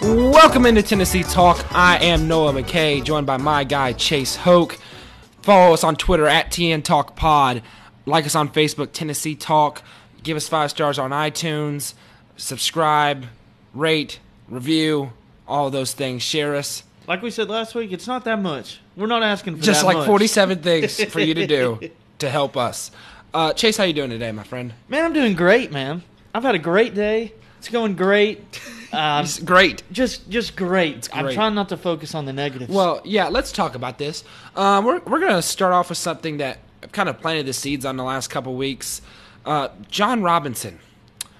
Welcome into Tennessee Talk. I am Noah McKay, joined by my guy Chase Hoke. Follow us on Twitter at TN Talk Pod. Like us on Facebook, Tennessee Talk. Give us five stars on iTunes. Subscribe, rate, review, all those things. Share us. Like we said last week, it's not that much. We're not asking for Just that like much. 47 things for you to do to help us. Uh, Chase, how you doing today, my friend? Man, I'm doing great, man. I've had a great day. It's going great. Um, It's great. just, just great. I'm great. trying not to focus on the negatives. Well, yeah, let's talk about this. Um, we're we're going to start off with something that I've kind of planted the seeds on the last couple weeks. Uh, John Robinson.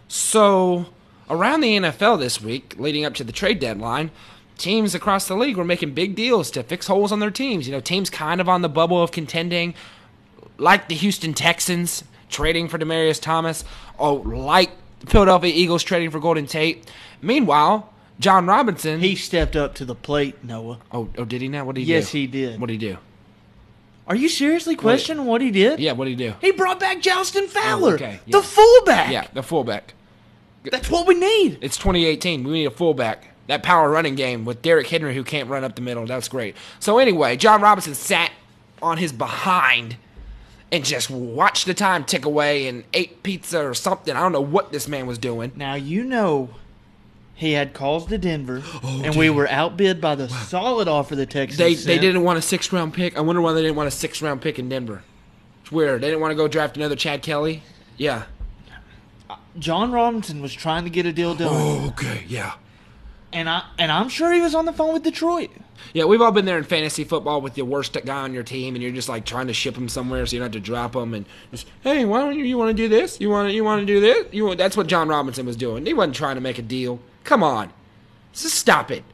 So, around the NFL this week, leading up to the trade deadline, teams across the league were making big deals to fix holes on their teams. You know, teams kind of on the bubble of contending, like the Houston Texans trading for Demarius Thomas, or like Philadelphia Eagles trading for Golden Tate. Meanwhile, John Robinson. he stepped up to the plate, Noah. Oh, oh, did he now? What did he do? Yes, he did. What did he do? Are you seriously questioning what he did? Yeah, what did he do? He brought back Justin Fowler, okay, yeah. the fullback. Yeah, the fullback. That's what we need. It's 2018. We need a fullback. That power running game with Derrick Henry, who can't run up the middle. That's great. So anyway, John Robinson sat on his behind and just watched the time tick away and ate pizza or something. I don't know what this man was doing. Now you know he had calls to Denver, and we were outbid by the solid offer the Texans. Oh, They they sent. didn't want a six round pick. I wonder why they didn't want a six round pick in Denver. It's weird. They didn't want to go draft another Chad Kelly. Yeah. John Robinson was trying to get a deal done. Oh, okay. Yeah. and I and I'm sure he was on the phone with Detroit. Yeah, we've all been there in fantasy football with the worst guy on your team, and you're just like trying to ship him somewhere so you don't have to drop him. And just, hey, why don't you, you want to do this? You want to you want to do this? You want, that's what John Robinson was doing. He wasn't trying to make a deal. Come on, just stop it.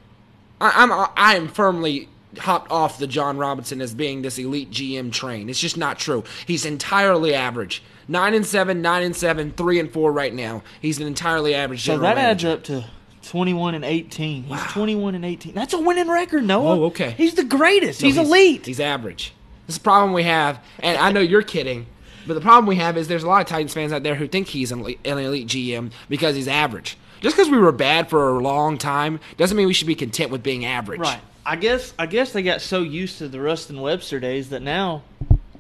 I, I'm I am firmly hopped off the John Robinson as being this elite GM train. It's just not true. He's entirely average. Nine and seven, nine and seven, three and four right now. He's an entirely average. So general that manager. adds up to 21 and 18. He's 21 and 18. That's a winning record, Noah. Oh, okay. He's the greatest. he's, No, elite. He's average. This is the problem we have, and I know you're kidding, but the problem we have is there's a lot of Titans fans out there who think he's an elite, an elite GM because he's average. Just because we were bad for a long time doesn't mean we should be content with being average. right. I guess I guess they got so used to the Rustin Webster days that now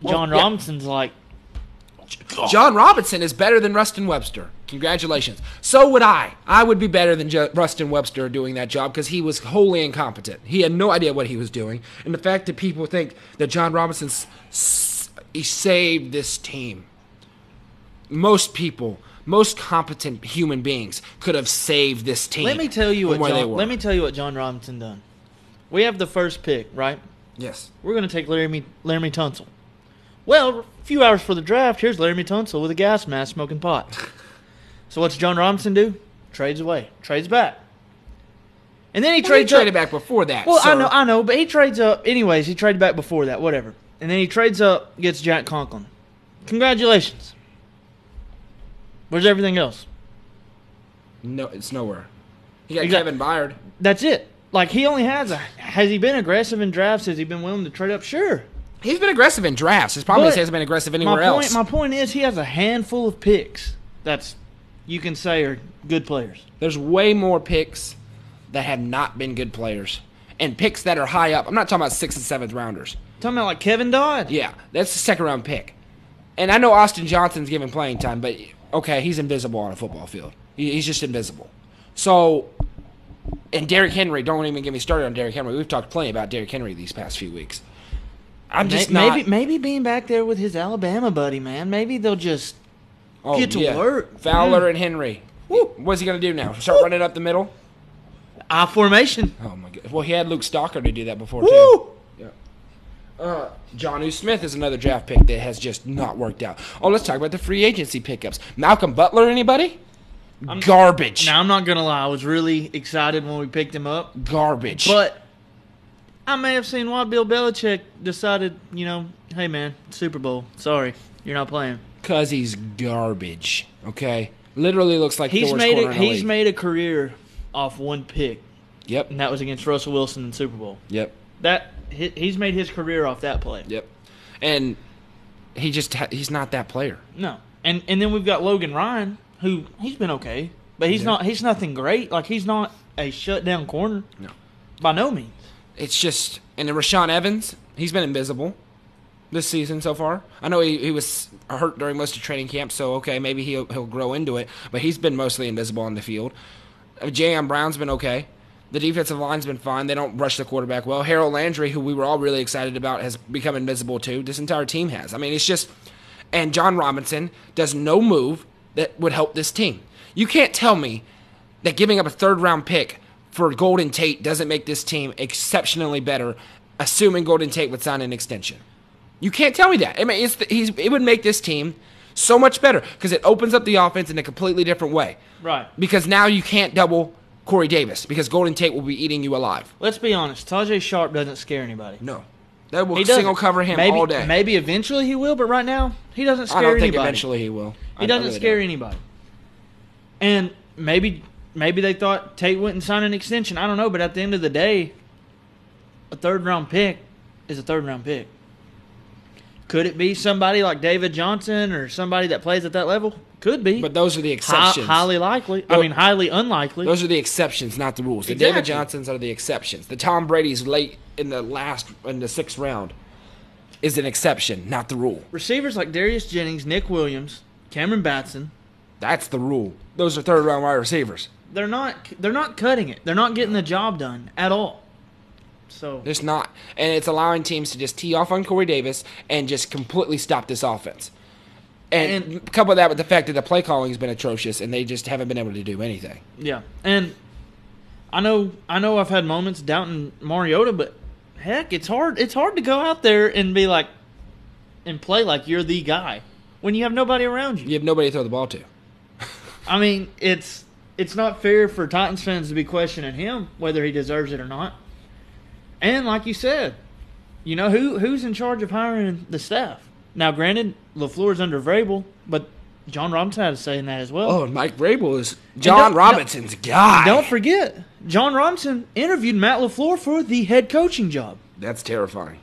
Well, John yeah. Robinson's like John Robinson is better than Rustin Webster. Congratulations. So would I. I would be better than Ju- Rustin Webster doing that job because he was wholly incompetent. He had no idea what he was doing. And the fact that people think that John Robinson s- s- he saved this team, most people, most competent human beings could have saved this team. Let me tell you from what where they John, were. let me tell you what John Robinson done. We have the first pick, right? Yes. We're going to take Laramie Laramie Tunsil. Well, a few hours for the draft, here's Laramie Tunsil with a gas mask smoking pot. so what's John Robinson do? Trades away, trades back. And then he Trade, trades up. traded back before that. Well, I sir. know, I know, but he trades up. Anyways, he traded back before that, whatever. And then he trades up, gets Jack Conklin. Congratulations. Where's everything else? No, it's nowhere. He got Exact- Kevin Byard. That's it. Like he only has a. Has he been aggressive in drafts? Has he been willing to trade up? Sure. He's been aggressive in drafts. His problem is he But hasn't been aggressive anywhere my else. point. My point is he has a handful of picks. That's you can say are good players. There's way more picks that have not been good players and picks that are high up. I'm not talking about sixth and seventh rounders. Talking about like Kevin Dodd. Yeah, that's the second round pick. And I know Austin Johnson's given playing time, but okay, he's invisible on a football field. He- He's just invisible. So, and Derrick Henry, don't even get me started on Derrick Henry. We've talked plenty about Derrick Henry these past few weeks. I'm May- just not. maybe maybe being back there with his Alabama buddy, man. Maybe they'll just oh, get to work. Fowler and Henry. Woo. What's he going to do now? Start running up the middle? I formation. Oh, my God. Well, he had Luke Stalker to do that before, too. Woo! Yeah. Uh, John U. Smith is another draft pick that has just not worked out. Oh, let's talk about the free agency pickups. Malcolm Butler, anybody? garbage. Now I'm not gonna lie, I was really excited when we picked him up, garbage. but I may have seen why Bill Belichick decided, you know, hey man, Super Bowl, sorry, you're not playing. Because he's garbage. Okay? Literally looks like He's the worst made corner a, in the he's league. made a career off one pick, Yep. and that was against Russell Wilson in Super Bowl. Yep. That he- he's made his career off that play. Yep. And he just ha- he's not that player. No, and and then we've got Logan Ryan, who he's been okay. But he's Yeah. not. He's nothing great. Like he's not a shutdown corner No. by no means. It's just and then Rashawn Evans, he's been invisible this season so far. I know he, he was hurt during most of training camp, so okay, maybe he'll he'll grow into it. But he's been mostly invisible on the field. Uh, J.M. Brown's been okay. The defensive line's been fine. They don't rush the quarterback well. Harold Landry, who we were all really excited about, has become invisible too. This entire team has. I mean, it's just and John Robinson does no move that would help this team. You can't tell me that giving up a third round pick for Golden Tate doesn't make this team exceptionally better, assuming Golden Tate would sign an extension. You can't tell me that. I mean, it's the, he's, it would make this team so much better because it opens up the offense in a completely different way. Right. Because now you can't double Corey Davis because Golden Tate will be eating you alive. Let's be honest. Tajay Sharp doesn't scare anybody. No, that will He doesn't. single cover him maybe, all day. Maybe eventually he will, but right now he doesn't scare I don't anybody. think eventually he will. He doesn't scare anybody. And maybe maybe they thought Tate wouldn't sign an extension. I don't know, but at the end of the day, a third round pick is a third round pick. Could it be somebody like David Johnson or somebody that plays at that level? Could be. But those are the Hi- exceptions. highly likely. I Well, mean, highly unlikely. Those are the exceptions, not the rules. The David Exactly. Johnsons are the exceptions. The Tom Brady's late in the last in the sixth round is an exception, not the rule. Receivers like Darius Jennings, Nick Williams, Cameron Batson, That's the rule. Those are third round wide receivers. they're not they're not cutting it. They're not getting the job done at all. So There's not, and it's allowing teams to just tee off on Corey Davis and just completely stop this offense. And, And- couple that with the fact that the play calling has been atrocious, and they just haven't been able to do anything. Yeah, and I know I know I've had moments doubting Mariota, but heck, it's hard it's hard to go out there and be like and play like you're the guy when you have nobody around you. You have nobody to throw the ball to. I mean, it's it's not fair for Titans fans to be questioning him whether he deserves it or not. And like you said, you know who who's in charge of hiring the staff? Now, granted, Lafleur's under Vrabel, but John Robinson had a say in that as well. Oh, and Mike Vrabel is John don't- Robinson's guy. Don't forget, John Robinson interviewed Matt LaFleur for the head coaching job. That's terrifying.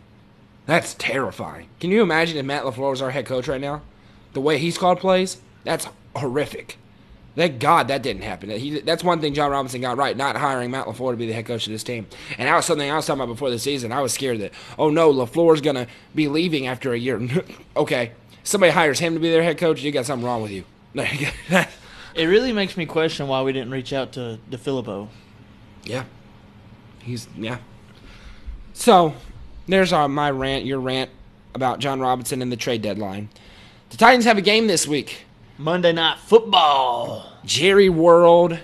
That's terrifying. Can you imagine if Matt LaFleur was our head coach right now? The way he's called plays, that's horrific. Thank God that didn't happen. That he- that's one thing John Robinson got right, not hiring Matt LaFleur to be the head coach of this team. And that was something I was talking about before the season. I was scared that, oh no, LaFleur's going to be leaving after a year. okay. Somebody hires him to be their head coach, you got something wrong with you. It really makes me question why we didn't reach out to DeFilippo. Yeah. He's yeah. So there's our my rant, your rant about John Robinson and the trade deadline. The Titans have a game this week. Monday Night Football. Jerry World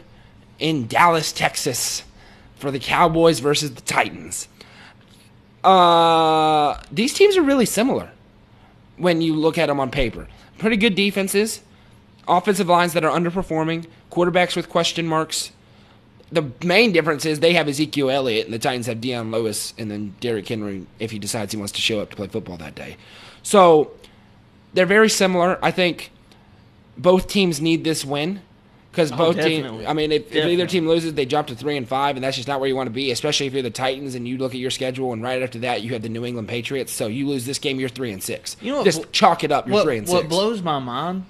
in Dallas, Texas, for the Cowboys versus the Titans. Uh, these teams are really similar when you look at them on paper. Pretty good defenses, offensive lines that are underperforming, quarterbacks with question marks. The main difference is they have Ezekiel Elliott and the Titans have Deion Lewis and then Derrick Henry if he decides he wants to show up to play football that day. So they're very similar. I think both teams need this win because both teams. definitely. I mean, if, if either Definitely. team loses, they drop to three and five, and that's just not where you want to be. Especially if you're the Titans and you look at your schedule, and right after that you have the New England Patriots. So you lose this game, you're three and six. You know what bl- just chalk it up. You're What, three and what six. blows my mind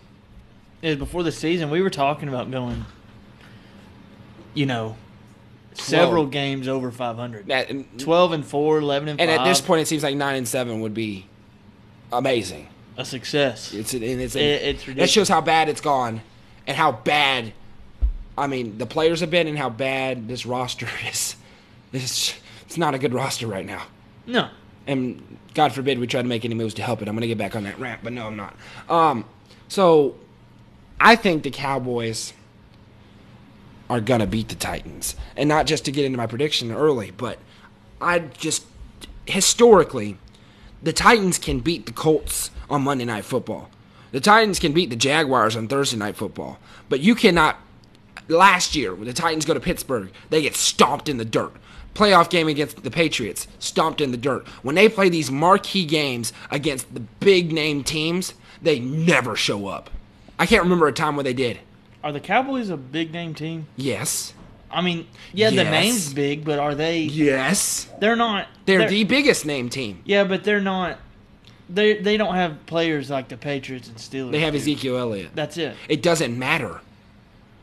is before the season, we were talking about going, you know, several Twelve. games over 500. That- and, 12 and 4, 11 and 5. and at this point, it seems like nine and seven would be amazing. a success. It's and it's It- it's that shows how bad it's gone, and how bad. I mean, the players have been, and how bad this roster is. It's it's not a good roster right now. No. and God forbid we try to make any moves to help it. I'm going to get back on that rant, but no, I'm not. Um, so I think the Cowboys are going to beat the Titans. And not just to get into my prediction early, but I just historically the Titans can beat the Colts on Monday Night Football. The Titans can beat the Jaguars on Thursday Night Football. But you cannot. Last year, when the Titans go to Pittsburgh, they get stomped in the dirt. Playoff game against the Patriots, stomped in the dirt. When they play these marquee games against the big name teams, they never show up. I can't remember a time where they did. Are the Cowboys a big name team? Yes. I mean, yeah, the Yes. name's big, but are they? Yes. They're not. They're, the biggest name team. Yeah, but they're not. They they don't have players like the Patriots and Steelers. They have do. Ezekiel Elliott. That's it. It doesn't matter.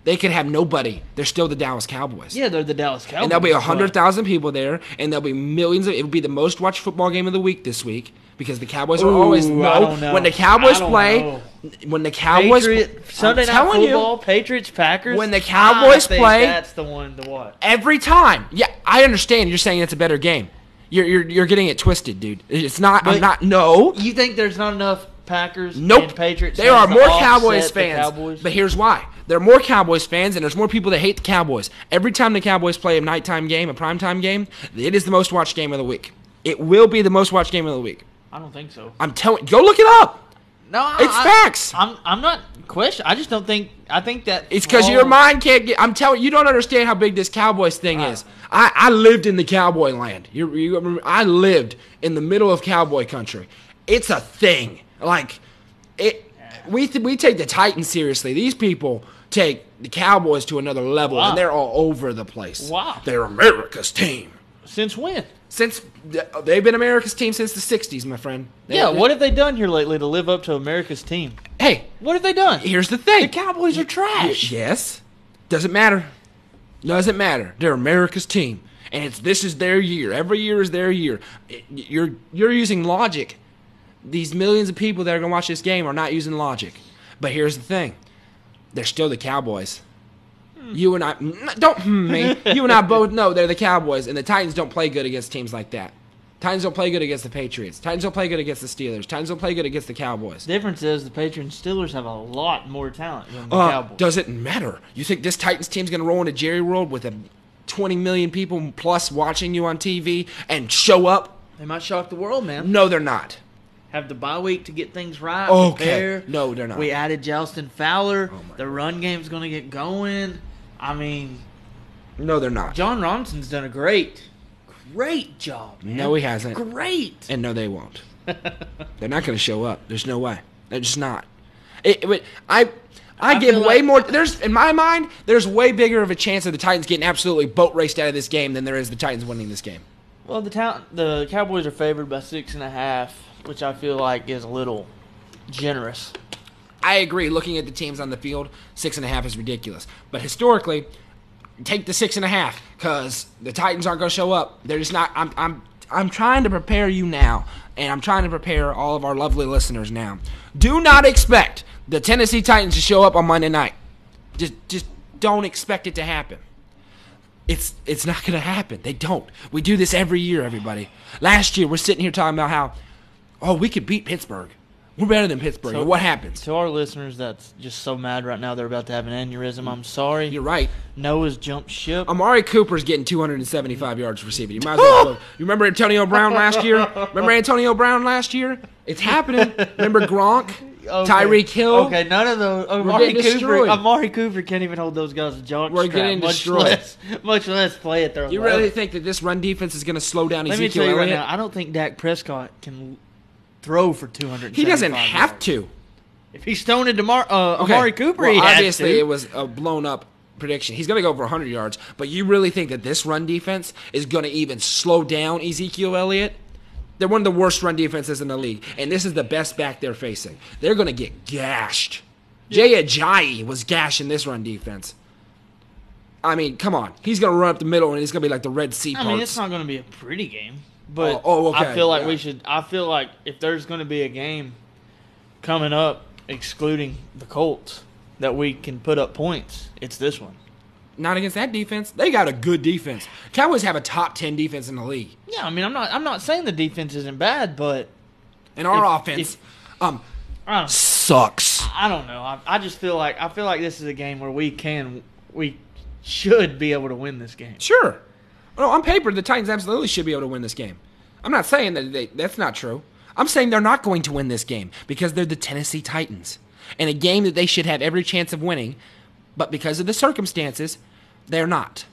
They could have nobody. They're still the Dallas Cowboys. Yeah, they're the Dallas Cowboys. and there'll be but- 100,000 people there, and there'll be millions of. It'll be the most watched football game of the week this week because the Cowboys are Ooh, always. I No, don't know. when the Cowboys I don't play, know. when the Cowboys. Patriot, I'm Sunday night telling you, football, Patriots, Packers. When the Cowboys I think play- that's the one to watch. every time. Yeah, I understand. You're saying it's a better game. You're, you're, you're getting it twisted, dude. It's not. I'm But- not. No. You think there's not enough Packers Nope. and Patriots? There are fans to more offset Cowboys the fans. Cowboys? But here's why. There are more Cowboys fans and there's more people that hate the Cowboys. Every time the Cowboys play a nighttime game, a primetime game, it is the most watched game of the week. It will be the most watched game of the week. I don't think so. I'm telling go look it up. No, I- It's I- facts. I'm I'm not question. I just don't think. I think that It's because your wrong- mind can't get I'm telling you don't understand how big this Cowboys thing Uh. is. I, I lived in the cowboy land. You, you remember- I lived in the middle of cowboy country. It's a thing. Like it we th- we take the Titans seriously. These people take the Cowboys to another level Wow. and they're all over the place. Wow. They're America's team. Since when? Since they've been America's team since the 60s, my friend. They- Yeah. they- What have they done here lately to live up to America's team? Hey, What have they done? here's the thing. the Cowboys are trash. Yes. Doesn't matter. Doesn't matter. They're America's team, and it's this is their year. Every year is their year. It- You're you're using logic. These millions of people that are gonna watch this game are not using logic. But here's the thing: they're still the Cowboys. Hmm. You and I n- don't hmm me. You and I both know they're the Cowboys, and the Titans don't play good against teams like that. Titans don't play good against the Patriots. Titans don't play good against the Steelers. Titans don't play good against the Cowboys. The difference is the Patriots and Steelers have a lot more talent than the Uh, Cowboys. Does it matter? You think this Titans team's going to roll into Jerry World with a 20 million people plus watching you on TV and show up? They might shock the world, man. No, they're not. Have the bye week to get things right. Okay. prepare. No, they're not. Oh We added Justin Fowler. my the run game's going to get going. I mean, No, they're not. John Robinson's done a great, great job. Man. No, he hasn't. Great. And no, they won't. they're not going to show up. There's no way. They're just not. It, it- I. I, I give feel way like- more. There's in my mind, there's way bigger of a chance of the Titans getting absolutely boat raced out of this game than there is the Titans winning this game. Well, the town, the Cowboys are favored by six and a half, which I feel like is a little generous. I agree. Looking at the teams on the field, six and a half is ridiculous. But historically, take the six and a half because the Titans aren't going to show up. They're just not. I'm. I'm. I'm trying to prepare you now, and I'm trying to prepare all of our lovely listeners now. Do not expect the Tennessee Titans to show up on Monday night. Just, just don't expect it to happen. It's it's not going to happen. They don't. We do this every year, everybody. Last year, we're sitting here talking about how, oh, we could beat Pittsburgh. We're better than Pittsburgh. So- and what happens? To our listeners, that's just so mad right now. They're about to have an aneurysm. I'm sorry. You're right. Noah's jumped ship. Amari Cooper's getting 275 yards receiving. You might as well. go- You remember Antonio Brown last year? Remember Antonio Brown last year? It's happening. Remember Gronk, Okay. Tyreek Hill? Okay, none of those. Oh, Amari getting Cooper, destroyed. Amari Cooper can't even hold those guys to jock We're strap, getting much destroyed. Less, much less play at their You level. really think that this run defense is going to slow down Let me Ezekiel tell you right Elliott? now, I don't think Dak Prescott can throw for 200. he doesn't have to. If he's stoned Demar, uh, Okay. Amari Cooper, Well, he has obviously to. it was a blown up prediction. He's going to go over 100 yards, but you really think that this run defense is going to even slow down Ezekiel Elliott? They're one of the worst run defenses in the league, and this is the best back they're facing. They're going to get gashed. Jay Ajayi was gashing this run defense. I mean, come on. He's going to run up the middle, and it's going to be like the Red Sea I parts. mean, it's not going to be a pretty game, but Oh, oh, okay, I feel like yeah. we should. I feel like if there's going to be a game coming up, excluding the Colts, that we can put up points, it's this one. Not against that defense. They got a good defense. Cowboys have a top 10 defense in the league. Yeah, I mean, I'm not. I'm not saying the defense isn't bad, but And our If- offense um, I don't, sucks. I don't know. I, I just feel like I feel like this is a game where we can, we should be able to win this game. Sure. No, on paper, the Titans absolutely should be able to win this game. I'm not saying that they, that's not true. I'm saying they're not going to win this game because they're the Tennessee Titans. And a game that they should have every chance of winning, but because of the circumstances, they're not.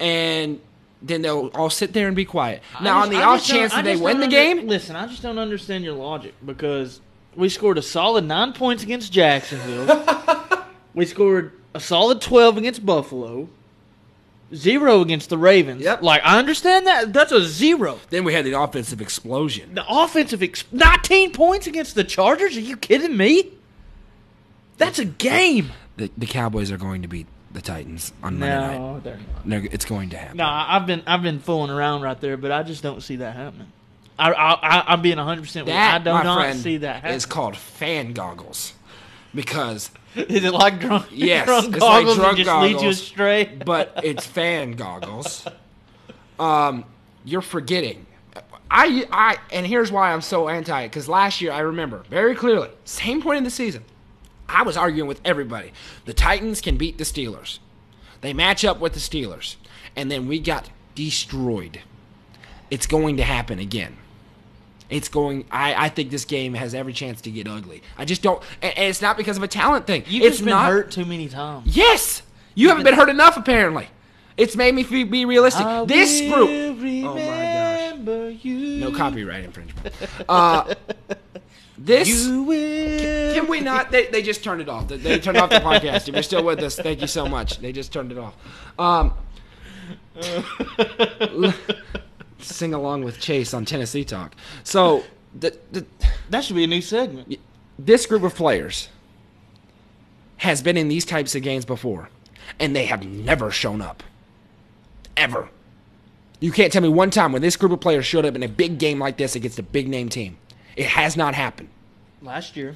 And then they'll all sit there and be quiet. Now, on I just- the I off just don't- chance I that they just win don't the under- game, Listen, I just don't understand your logic because we scored a solid nine points against Jacksonville. we scored a solid twelve against Buffalo. Zero against the Ravens. Yep. Like I understand that. That's a zero. then we had the offensive explosion. The offensive ex- nineteen points against the Chargers. Are you kidding me? That's a game. the, the Cowboys are going to beat the Titans on Monday night. No, they're not. They're- it's going to happen. No, I- I've been I've been fooling around right there, but I just don't see that happening. I I, I I'm being 100 percent. I That, do my not friend, see that. Happening. It's called fan goggles, because Is it like drunk? Yes, drunk it's like goggles that drunk just lead you goggles. astray. but it's fan goggles. Um, you're forgetting. I, I, and here's why I'm so anti it. Because last year, I remember very clearly, same point in the season, I was arguing with everybody. The Titans can beat the Steelers. They match up with the Steelers, and then we got destroyed. It's going to happen again. It's going. I, I think this game has every chance to get ugly. I just don't. And, and it's not because of a talent thing. You've it's just been not, hurt too many times. Yes, you haven't been hurt enough. Apparently, it's made me fe- be realistic. I this will group, Oh remember you. no copyright infringement. Uh, this You will. can we not? They, they just turned it off. They, they turned off the podcast. If you're still with us, thank you so much. They just turned it off. Um, sing along with Chase on Tennessee Talk. So the, the, That should be a new segment. this group of players has been in these types of games before, and they have never shown up. Ever. You can't tell me one time when this group of players showed up in a big game like this against a big name team. It has not happened. Last year,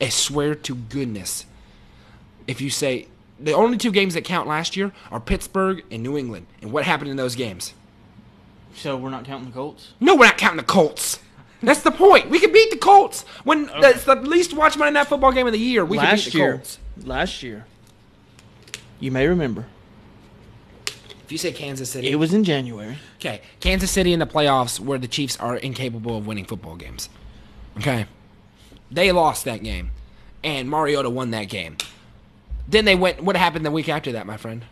I swear to goodness. If you say the only two games that count last year are Pittsburgh and New England, and what happened in those games? so we're not counting the Colts. No, we're not counting the Colts. That's the point. We can beat the Colts when that's the least watched Monday Night Football game of the year. We can beat last the year, Colts. last year, you may remember If you say Kansas City, it was in January. Okay, Kansas City in the playoffs where the Chiefs are incapable of winning football games. Okay. They lost that game. And Mariota won that game. Then they went what happened the week after that, my friend?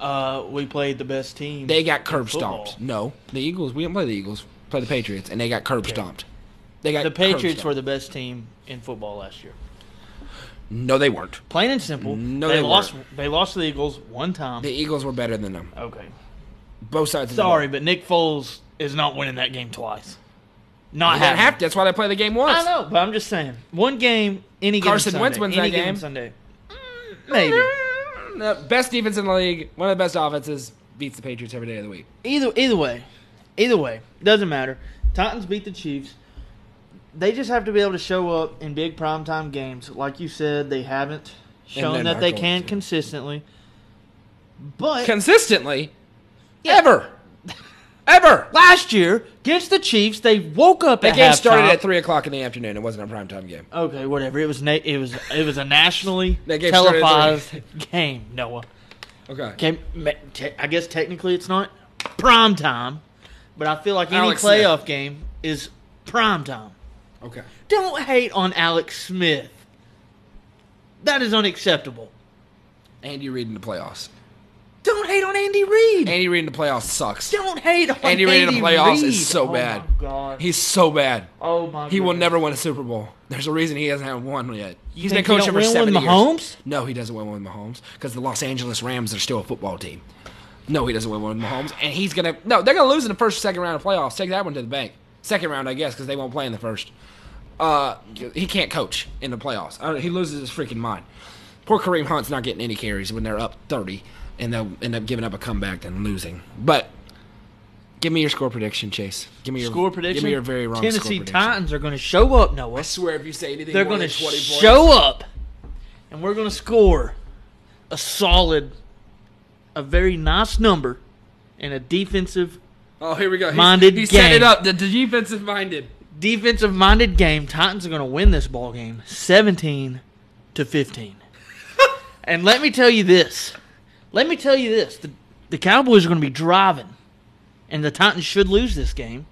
Uh, we played the best team. They got curb Football. stomped. No. The Eagles, we didn't play the Eagles. Play the Patriots and they got curb stomped. They got the curb Patriots were stomped. the best team in football last year. No, they weren't. Plain and simple. No, they, they lost. They lost to the Eagles one time. The Eagles were better than them. okay. Both sides of the Sorry, ball. but Nick Foles is not winning that game twice. Not They didn't happening. have to. That's why they play the game once. I know, but I'm just saying. One game, any game. Carson Sunday, Wentz wins any that given game. Sunday. Maybe. No, Best defense in the league, one of the best offenses, beats the Patriots every day of the week. Either either way, either way, doesn't matter. Titans beat the Chiefs. They just have to be able to show up in big primetime games, like you said. They haven't they're shown not that they going can to. consistently. But consistently Yeah. ever ever last year against the Chiefs, they woke up. that at game halftime. started at three o'clock in the afternoon it wasn't a primetime game Okay, whatever. It was na- it was it was a nationally That game started at televised game. Noah. okay Okay, me- te- I guess technically it's not prime time, but I feel like any Alex Smith. playoff game is prime time. okay Don't hate on Alex Smith. That is unacceptable. andy reid in the playoffs Don't hate on Andy Reid. andy reid in the playoffs sucks Don't hate on andy reid in the playoffs is so Oh bad My God. he's so bad oh my. he will goodness. never win a super bowl there's a reason he hasn't had one yet he's been think he coaching don't for win with seven years Mahomes? no he doesn't win one with mahomes because the los angeles rams are still a football team no he doesn't win one with mahomes and he's gonna no they're gonna lose in the first or second round of playoffs take that one to the bank second round i guess because they won't play in the first uh, he can't coach in the playoffs. Uh, he loses his freaking mind. Poor Kareem Hunt's not getting any carries when they're up 30, and they'll end up giving up a comeback and losing. But give me your score prediction, Chase. Give me your Score prediction. Give me your very wrong score Tennessee prediction. Titans are going to show up, Noah. I swear, if you say anything, They're more going to than 20 points- show up, and we're going to score a solid, a very nice number, and a defensive Oh, here we go. He's, Minded he set it game. up. The, the defensive minded. defensive minded game. Titans are going to win this ball game, seventeen to fifteen. and let me tell you this. Let me tell you this. The, the Cowboys are going to be driving, and the Titans should lose this game.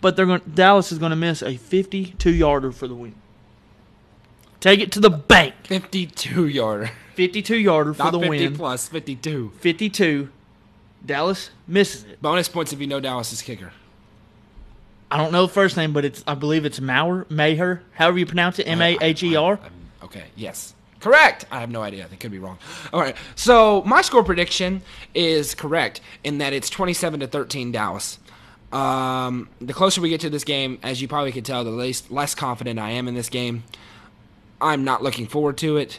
But they're going. Dallas is going to miss a fifty-two yarder for the win. Take it to the bank. 52 yarder. 52 yarder for Not the 50 win. plus, 52. 52. Dallas misses it. Bonus points if you know Dallas's kicker. I don't know the first name, but it's I believe it's Maurer, Maher, however you pronounce it, M A H E R. I'm- Um, Okay, yes. Correct. I have no idea. They could be wrong. All right. So my score prediction is correct in that it's 27 to 13 Dallas. Um, the closer we get to this game, as you probably can tell, the least, less confident I am in this game. I'm not looking forward to it.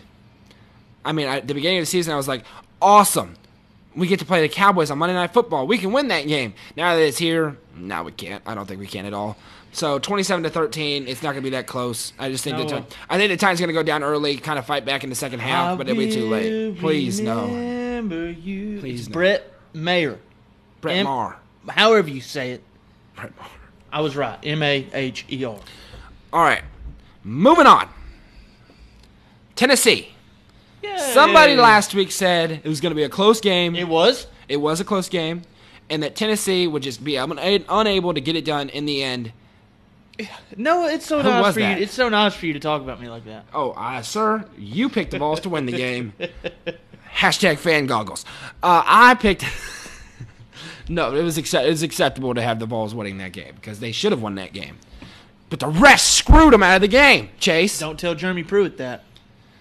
I mean, at the beginning of the season, I was like, awesome. We get to play the Cowboys on Monday Night Football. We can win that game. Now that it's here, no, we can't. I don't think we can at all. So 27 to 13, it's not going to be that close. I just think No the way. time, I think the time's going to go down early, kind of fight back in the second half, but it'll be too late. Please no. Remember you. Please, it's no. Brett Mayer. Brett Em- Maher. However you say it, Brett Maher. I was right. M A H E R. All right, moving on. Tennessee. Somebody last week said it was going to be a close game. It was. It was a close game, and that Tennessee would just be un- unable to get it done in the end. No, it's so Who nice was for that? you. It's so nice for you to talk about me like that. Oh, uh, sir, you picked the balls to win the game. Hashtag fan goggles. Uh, I picked. no, it was accept- it was acceptable to have the balls winning that game because they should have won that game. But the refs screwed them out of the game. Chase, Don't tell Jeremy Pruitt that.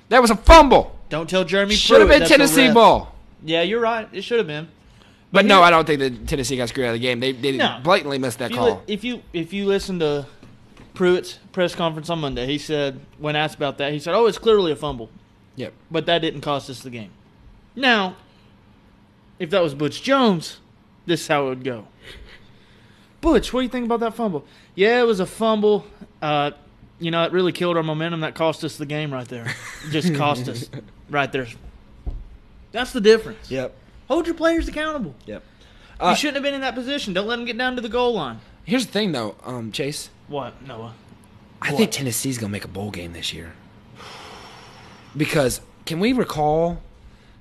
that was a fumble. Don't tell Jeremy Should have Pruitt. been that's a Tennessee ref. ball. Yeah, you're right. It should have been. But But no, here- I don't think that Tennessee got screwed out of the game. They, they No. blatantly missed that If you, call. li- if you if you listen to Pruitt's press conference on Monday, he said when asked about that, he said, "Oh, it's clearly a fumble, yep. but that didn't cost us the game." Now, if that was Butch Jones, this is how it would go. Butch, what do you think about that fumble? Yeah, it was a fumble. Uh, you know, it really killed our momentum. That cost us the game right there. It just cost us right there. That's the difference. Yep. Hold your players accountable. Yep. you Uh, shouldn't have been in that position. Don't let them get down to the goal line. Here's the thing, though, um, Chase. What, Noah? I What? think Tennessee's gonna make a bowl game this year. Because can we recall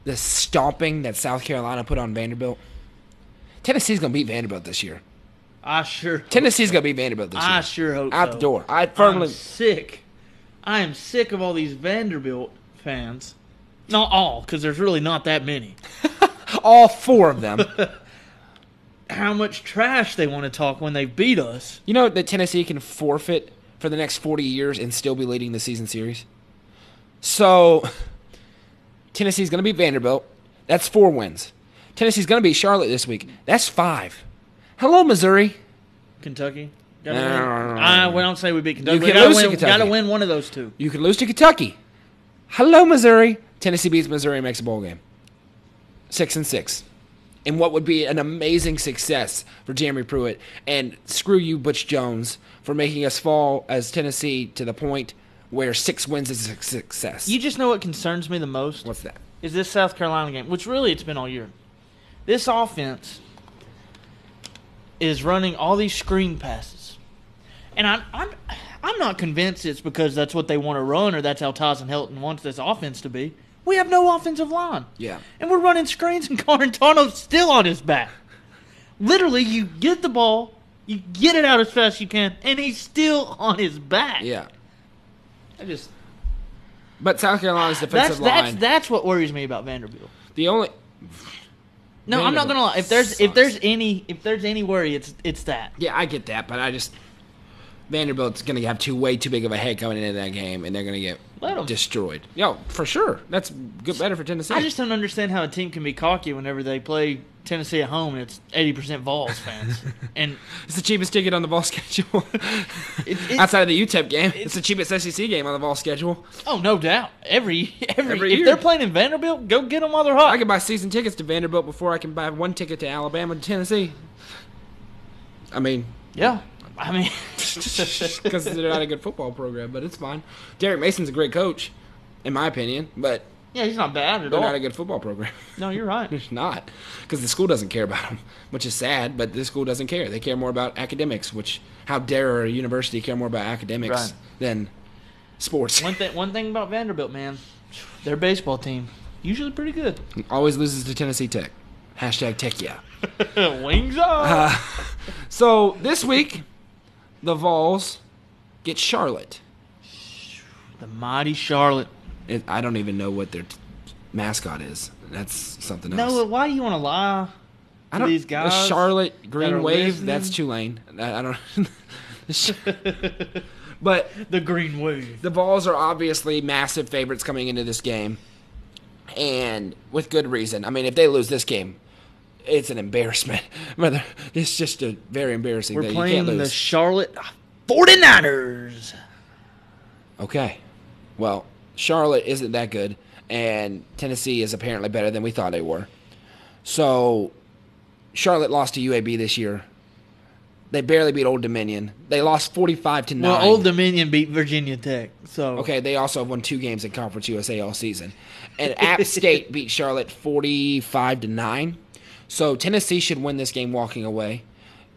the stomping that South Carolina put on Vanderbilt? Tennessee's gonna beat Vanderbilt this year. I sure. Tennessee's gonna beat Vanderbilt this I year. sure hope Out so. the door. I firmly. I'm sick. I am sick of all these Vanderbilt fans. Not all, because there's really not that many. all four of them. How much trash they want to talk when they beat us? you know that Tennessee can forfeit for the next 40 years and still be leading the season series? So, Tennessee's gonna beat Vanderbilt. That's four wins. Tennessee's gonna beat Charlotte this week. That's five. Hello, Missouri. Kentucky. Gotta No, win. no, no, no, I no. we don't say we beat Kentucky. can We gotta lose to win, Kentucky. Gotta win one of those two. You could lose to Kentucky. Hello, Missouri. Tennessee beats Missouri and makes a bowl game. Six and six. And what would be an amazing success for Jeremy Pruitt. And screw you, Butch Jones, for making us fall as Tennessee to the point where six wins is a success. You just know what concerns me the most What's that? is this South Carolina game, which really it's been all year. This offense is running all these screen passes, and I'm I'm I'm not convinced it's because that's what they want to run or that's how Tyson Helton wants this offense to be. We have no offensive line, Yeah. and we're running screens, and Carantano's still on his back. Literally, you get the ball, you get it out as fast as you can, and he's still on his back. Yeah. I just But South Carolina's defensive that's that's line. that's what worries me about Vanderbilt. the only. No, I'm not Vanderbilt gonna lie. If there's if sucks. there's any if there's any worry, it's it's that. Yeah, I get that, but I just. Vanderbilt's going to have too way too big of a head coming into that game, and they're going to get Let 'em. destroyed. Yo, for sure. That's good, better for Tennessee. I just don't understand how a team can be cocky whenever they play Tennessee at home and it's 80% Vols fans. and It's the cheapest ticket on the ball schedule. It- it- Outside of the UTEP game, it's the cheapest SEC game on the ball schedule. oh, no doubt, every every, Every if year. they're playing in Vanderbilt, go get them while they're hot. I can buy season tickets to Vanderbilt before I can buy one ticket to Alabama and Tennessee. I mean, yeah, I mean, because they're not a good football program, but it's fine. Derek Mason's a great coach, in my opinion, but yeah, he's not bad at they're not all. a good football program. no, you're right. It's not, because the school doesn't care about them, which is sad. But the school doesn't care. They care more about academics. Which, how dare a university care more about academics Right. than sports? One thing one thing about Vanderbilt, man, their baseball team usually pretty good. Always loses to Tennessee Tech. Hashtag Tech yeah. Wings up. Uh, so this week, the Vols get Charlotte. the mighty Charlotte. It, I don't even know what their t- mascot is. That's something else. No, why do you want to lie? I don't, these the guys Charlotte are Green Wave. That's listening. Tulane. I, I don't. but The Green Wave. the Vols are obviously massive favorites coming into this game, and with good reason. I mean, if they lose this game, it's an embarrassment. Mother, it's just a very embarrassing We're thing. you playing can't the lose. Charlotte 49ers. Okay. Well, Charlotte isn't that good, and Tennessee is apparently better than we thought they were. So, Charlotte lost to UAB this year. They barely beat Old Dominion. They lost forty-five to nine. Well, Old Dominion beat Virginia Tech, so Okay, they also have won two games in Conference USA all season. And App State beat Charlotte 45 to 9. So Tennessee should win this game walking away.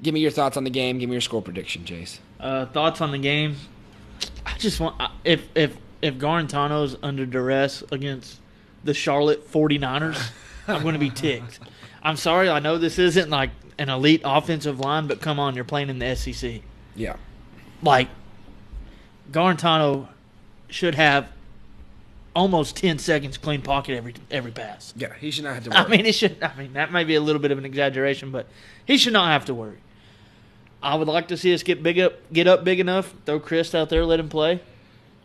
Give me your thoughts on the game. Give me your score prediction, Chase. Uh, thoughts on the game? I just want I- if if if Garantano's under duress against the Charlotte 49ers, I'm going to be ticked. I'm sorry, I know this isn't like an elite offensive line, but come on, you're playing in the SEC. Yeah. Like Garantano should have almost 10 seconds clean pocket every every pass. Yeah, he should not have to I mean, it should. I mean, that might be a little bit of an exaggeration, but he should not have to worry. I would like to see us get big up, get up big enough, throw Chris out there, let him play,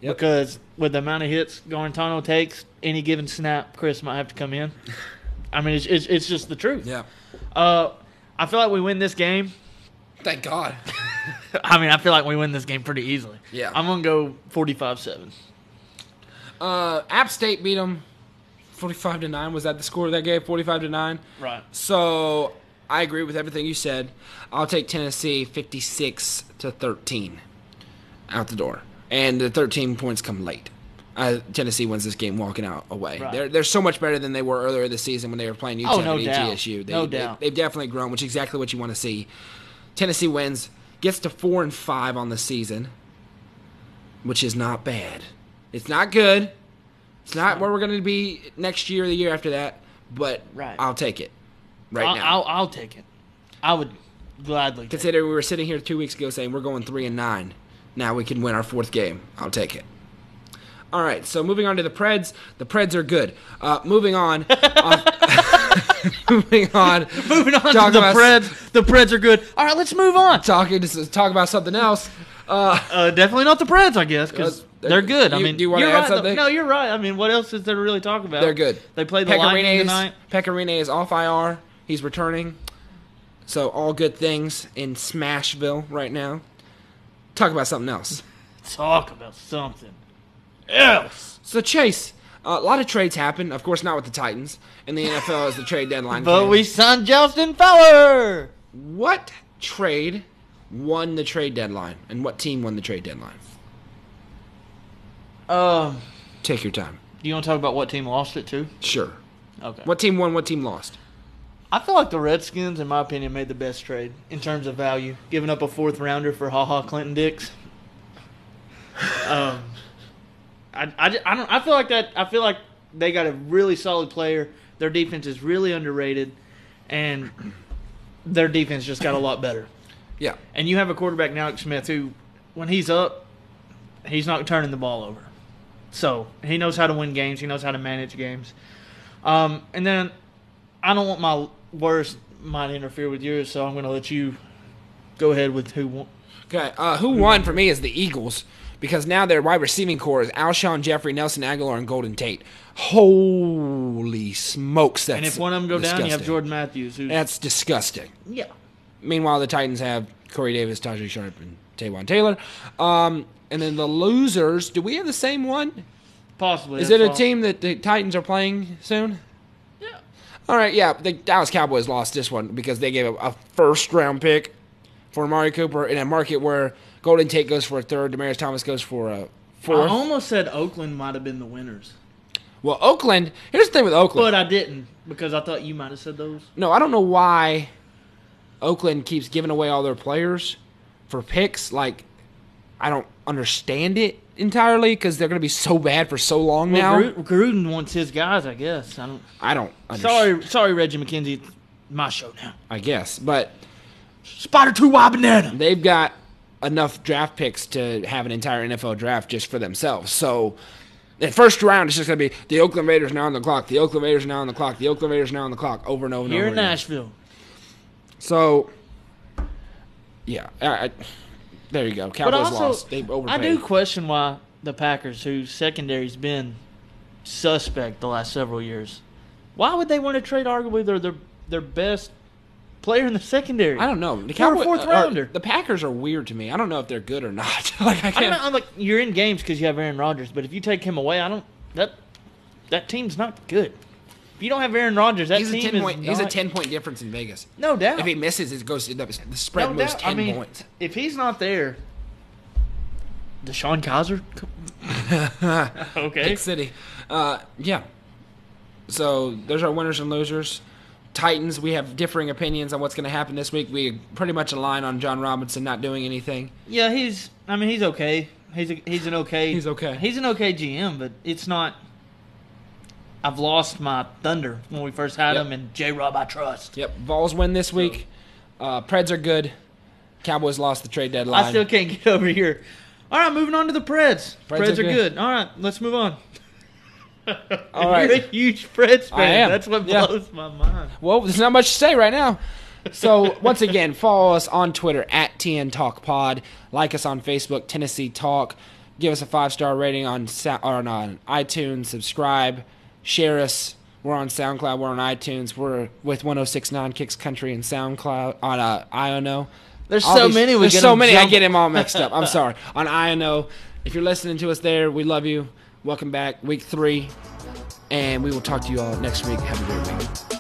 Yep. because with the amount of hits Garantano takes, any given snap, Chris might have to come in. I mean, it's it's, it's just the truth. yeah. Uh, I feel like we win this game. Thank God. I mean, I feel like we win this game pretty easily. Yeah. I'm gonna go 45-7. Uh, App State beat them 45 to 9. Was that the score of that game? 45 to 9. Right. So I agree with everything you said. I'll take Tennessee 56 to 13 out the door. And the 13 points come late. Uh, Tennessee wins this game walking out away. Right. They're, they're so much better than they were earlier this season when they were playing UTEP Oh, no and doubt. GSU. They, No they- doubt. they've definitely grown, which is exactly what you want to see. Tennessee wins, gets to four and five on the season, which is not bad. It's not good. It's not where we're going to be next year, or the year after that, but Right. I'll take it right I'll, now. I'll I'll take it. I would gladly. Take it. Considering we were sitting here two weeks ago saying we're going three and nine, now we can win our fourth game. I'll take it. All right, so moving on to the Preds. The Preds are good. Uh, moving on. uh, moving on. Moving on Talk to the about- Preds. The Preds are good. All right, let's move on. Talking to talk about something else. Uh, Uh, definitely not the Preds, I guess, because Uh, they're good. I you- mean, do you wanna are add right, though. something? No, you're right. I mean, what else is there to really talk about? They're good. They played the Lightning Pecorine tonight. Pecorine is off IR. He's returning. So all good things in Smashville right now. Talk about something else. Talk about something else. So Chase, a lot of trades happen. Of course, not with the Titans and the NFL is the trade deadline. But came. we signed Justin Fowler. what trade won the trade deadline and what team won the trade deadline? Um, Take your time. do you want to talk about what team lost it to? Sure. Okay. What team won? What team lost? I feel like the Redskins, in my opinion, made the best trade in terms of value, giving up a fourth rounder for Ha Ha Clinton Dix. Um, I, I, ju- I don't. I feel like that. I feel like they got a really solid player. Their defense is really underrated, and their defense just got a lot better. Yeah. And you have a quarterback now, Alex Smith, who, when he's up, he's not turning the ball over. So he knows how to win games. He knows how to manage games. Um, and then I don't want my worst might interfere with yours, so I'm going to let you go ahead with who. Won. Okay. Uh, who won for me is the Eagles because now their wide receiving core is Alshon Jeffrey, Nelson Aguilar, and Golden Tate. Holy smokes! That's And if one of them go down, you have disgusting. Jordan Matthews, who's That's disgusting. yeah, Meanwhile, the Titans have Corey Davis, Tajay Sharp, and Taywan Taylor. Um, and then the losers. Do we have the same one? possibly. Is it that's a all. team that the Titans are playing soon? Yeah. All right, yeah. The Dallas Cowboys lost this one because they gave up a first round pick for Amari Cooper in a market where Golden Tate goes for a third, Demarius Thomas goes for a I fourth. almost said Oakland might have been the winners, Well, Oakland. Here's the thing with Oakland. but I didn't because I thought you might have said those. No, I don't know why Oakland keeps giving away all their players for picks. Like, I don't understand it entirely because they're going to be so bad for so long now. Well, Gru- Gruden wants his guys, I guess. I don't. I don't understand. Sorry, sorry, Reggie McKenzie. It's my show now. I guess. But Spider two Y banana. they've got enough draft picks to have an entire NFL draft just for themselves. So. The first round is just going to be the Oakland Raiders now on the clock, the Oakland Raiders now on the clock, the Oakland Raiders now on the clock, over and over and Here over. in again. Nashville. So, yeah, I, I, there you go. Cowboys But also, lost. They I overpaid. do question why the Packers, whose secondary's been suspect the last several years, why would they want to trade arguably their their, their best player in the secondary. I don't know. The You're a Cowboy- fourth or- rounder. The Packers are weird to me. I don't know if they're good or not. like I I don't can't. know. I'm like you're in games because you have Aaron Rodgers, but if you take him away, I don't. That that team's not good. If you don't have Aaron Rodgers, that He's a team ten is point. He's a not- ten point difference in Vegas. No doubt. If he misses, it goes. The the spread no moves doubt. ten I mean, points. if he's not there, Deshaun Kaiser. okay. Big City. Uh, yeah. So there's our winners and losers. Titans, we have differing opinions on what's going to happen this week. We pretty much align on John Robinson not doing anything. Yeah, he's. I mean, he's okay. He's a, he's an okay. He's okay. He's an okay GM, but it's not. I've lost my thunder when we first had Yep. him, and J. Rob I trust. Yep, Vols win this week. Uh, Preds are good. Cowboys lost the trade deadline. I still can't get over here. All right, moving on to the Preds. Preds Preds, are are, good. good. All right, let's move on. All You're a right. huge Preds fan. I am. That's what Yeah. blows my mind. Well, there's not much to say right now. So once again, follow us on Twitter at TN Talk Pod. Like us on Facebook, Tennessee Talk. Give us a five star rating on Sa- or on, on iTunes. Subscribe. Share us. We're on SoundCloud. We're on iTunes. We're with 106.9 Kicks Country and SoundCloud on uh, IONO. There's All so these- many. We there's get so them many. I jumbled. get them all mixed up. I'm sorry. On INO, if you're listening to us there, we love you. Welcome back, week three, and we will talk to you all next week. Have a great week.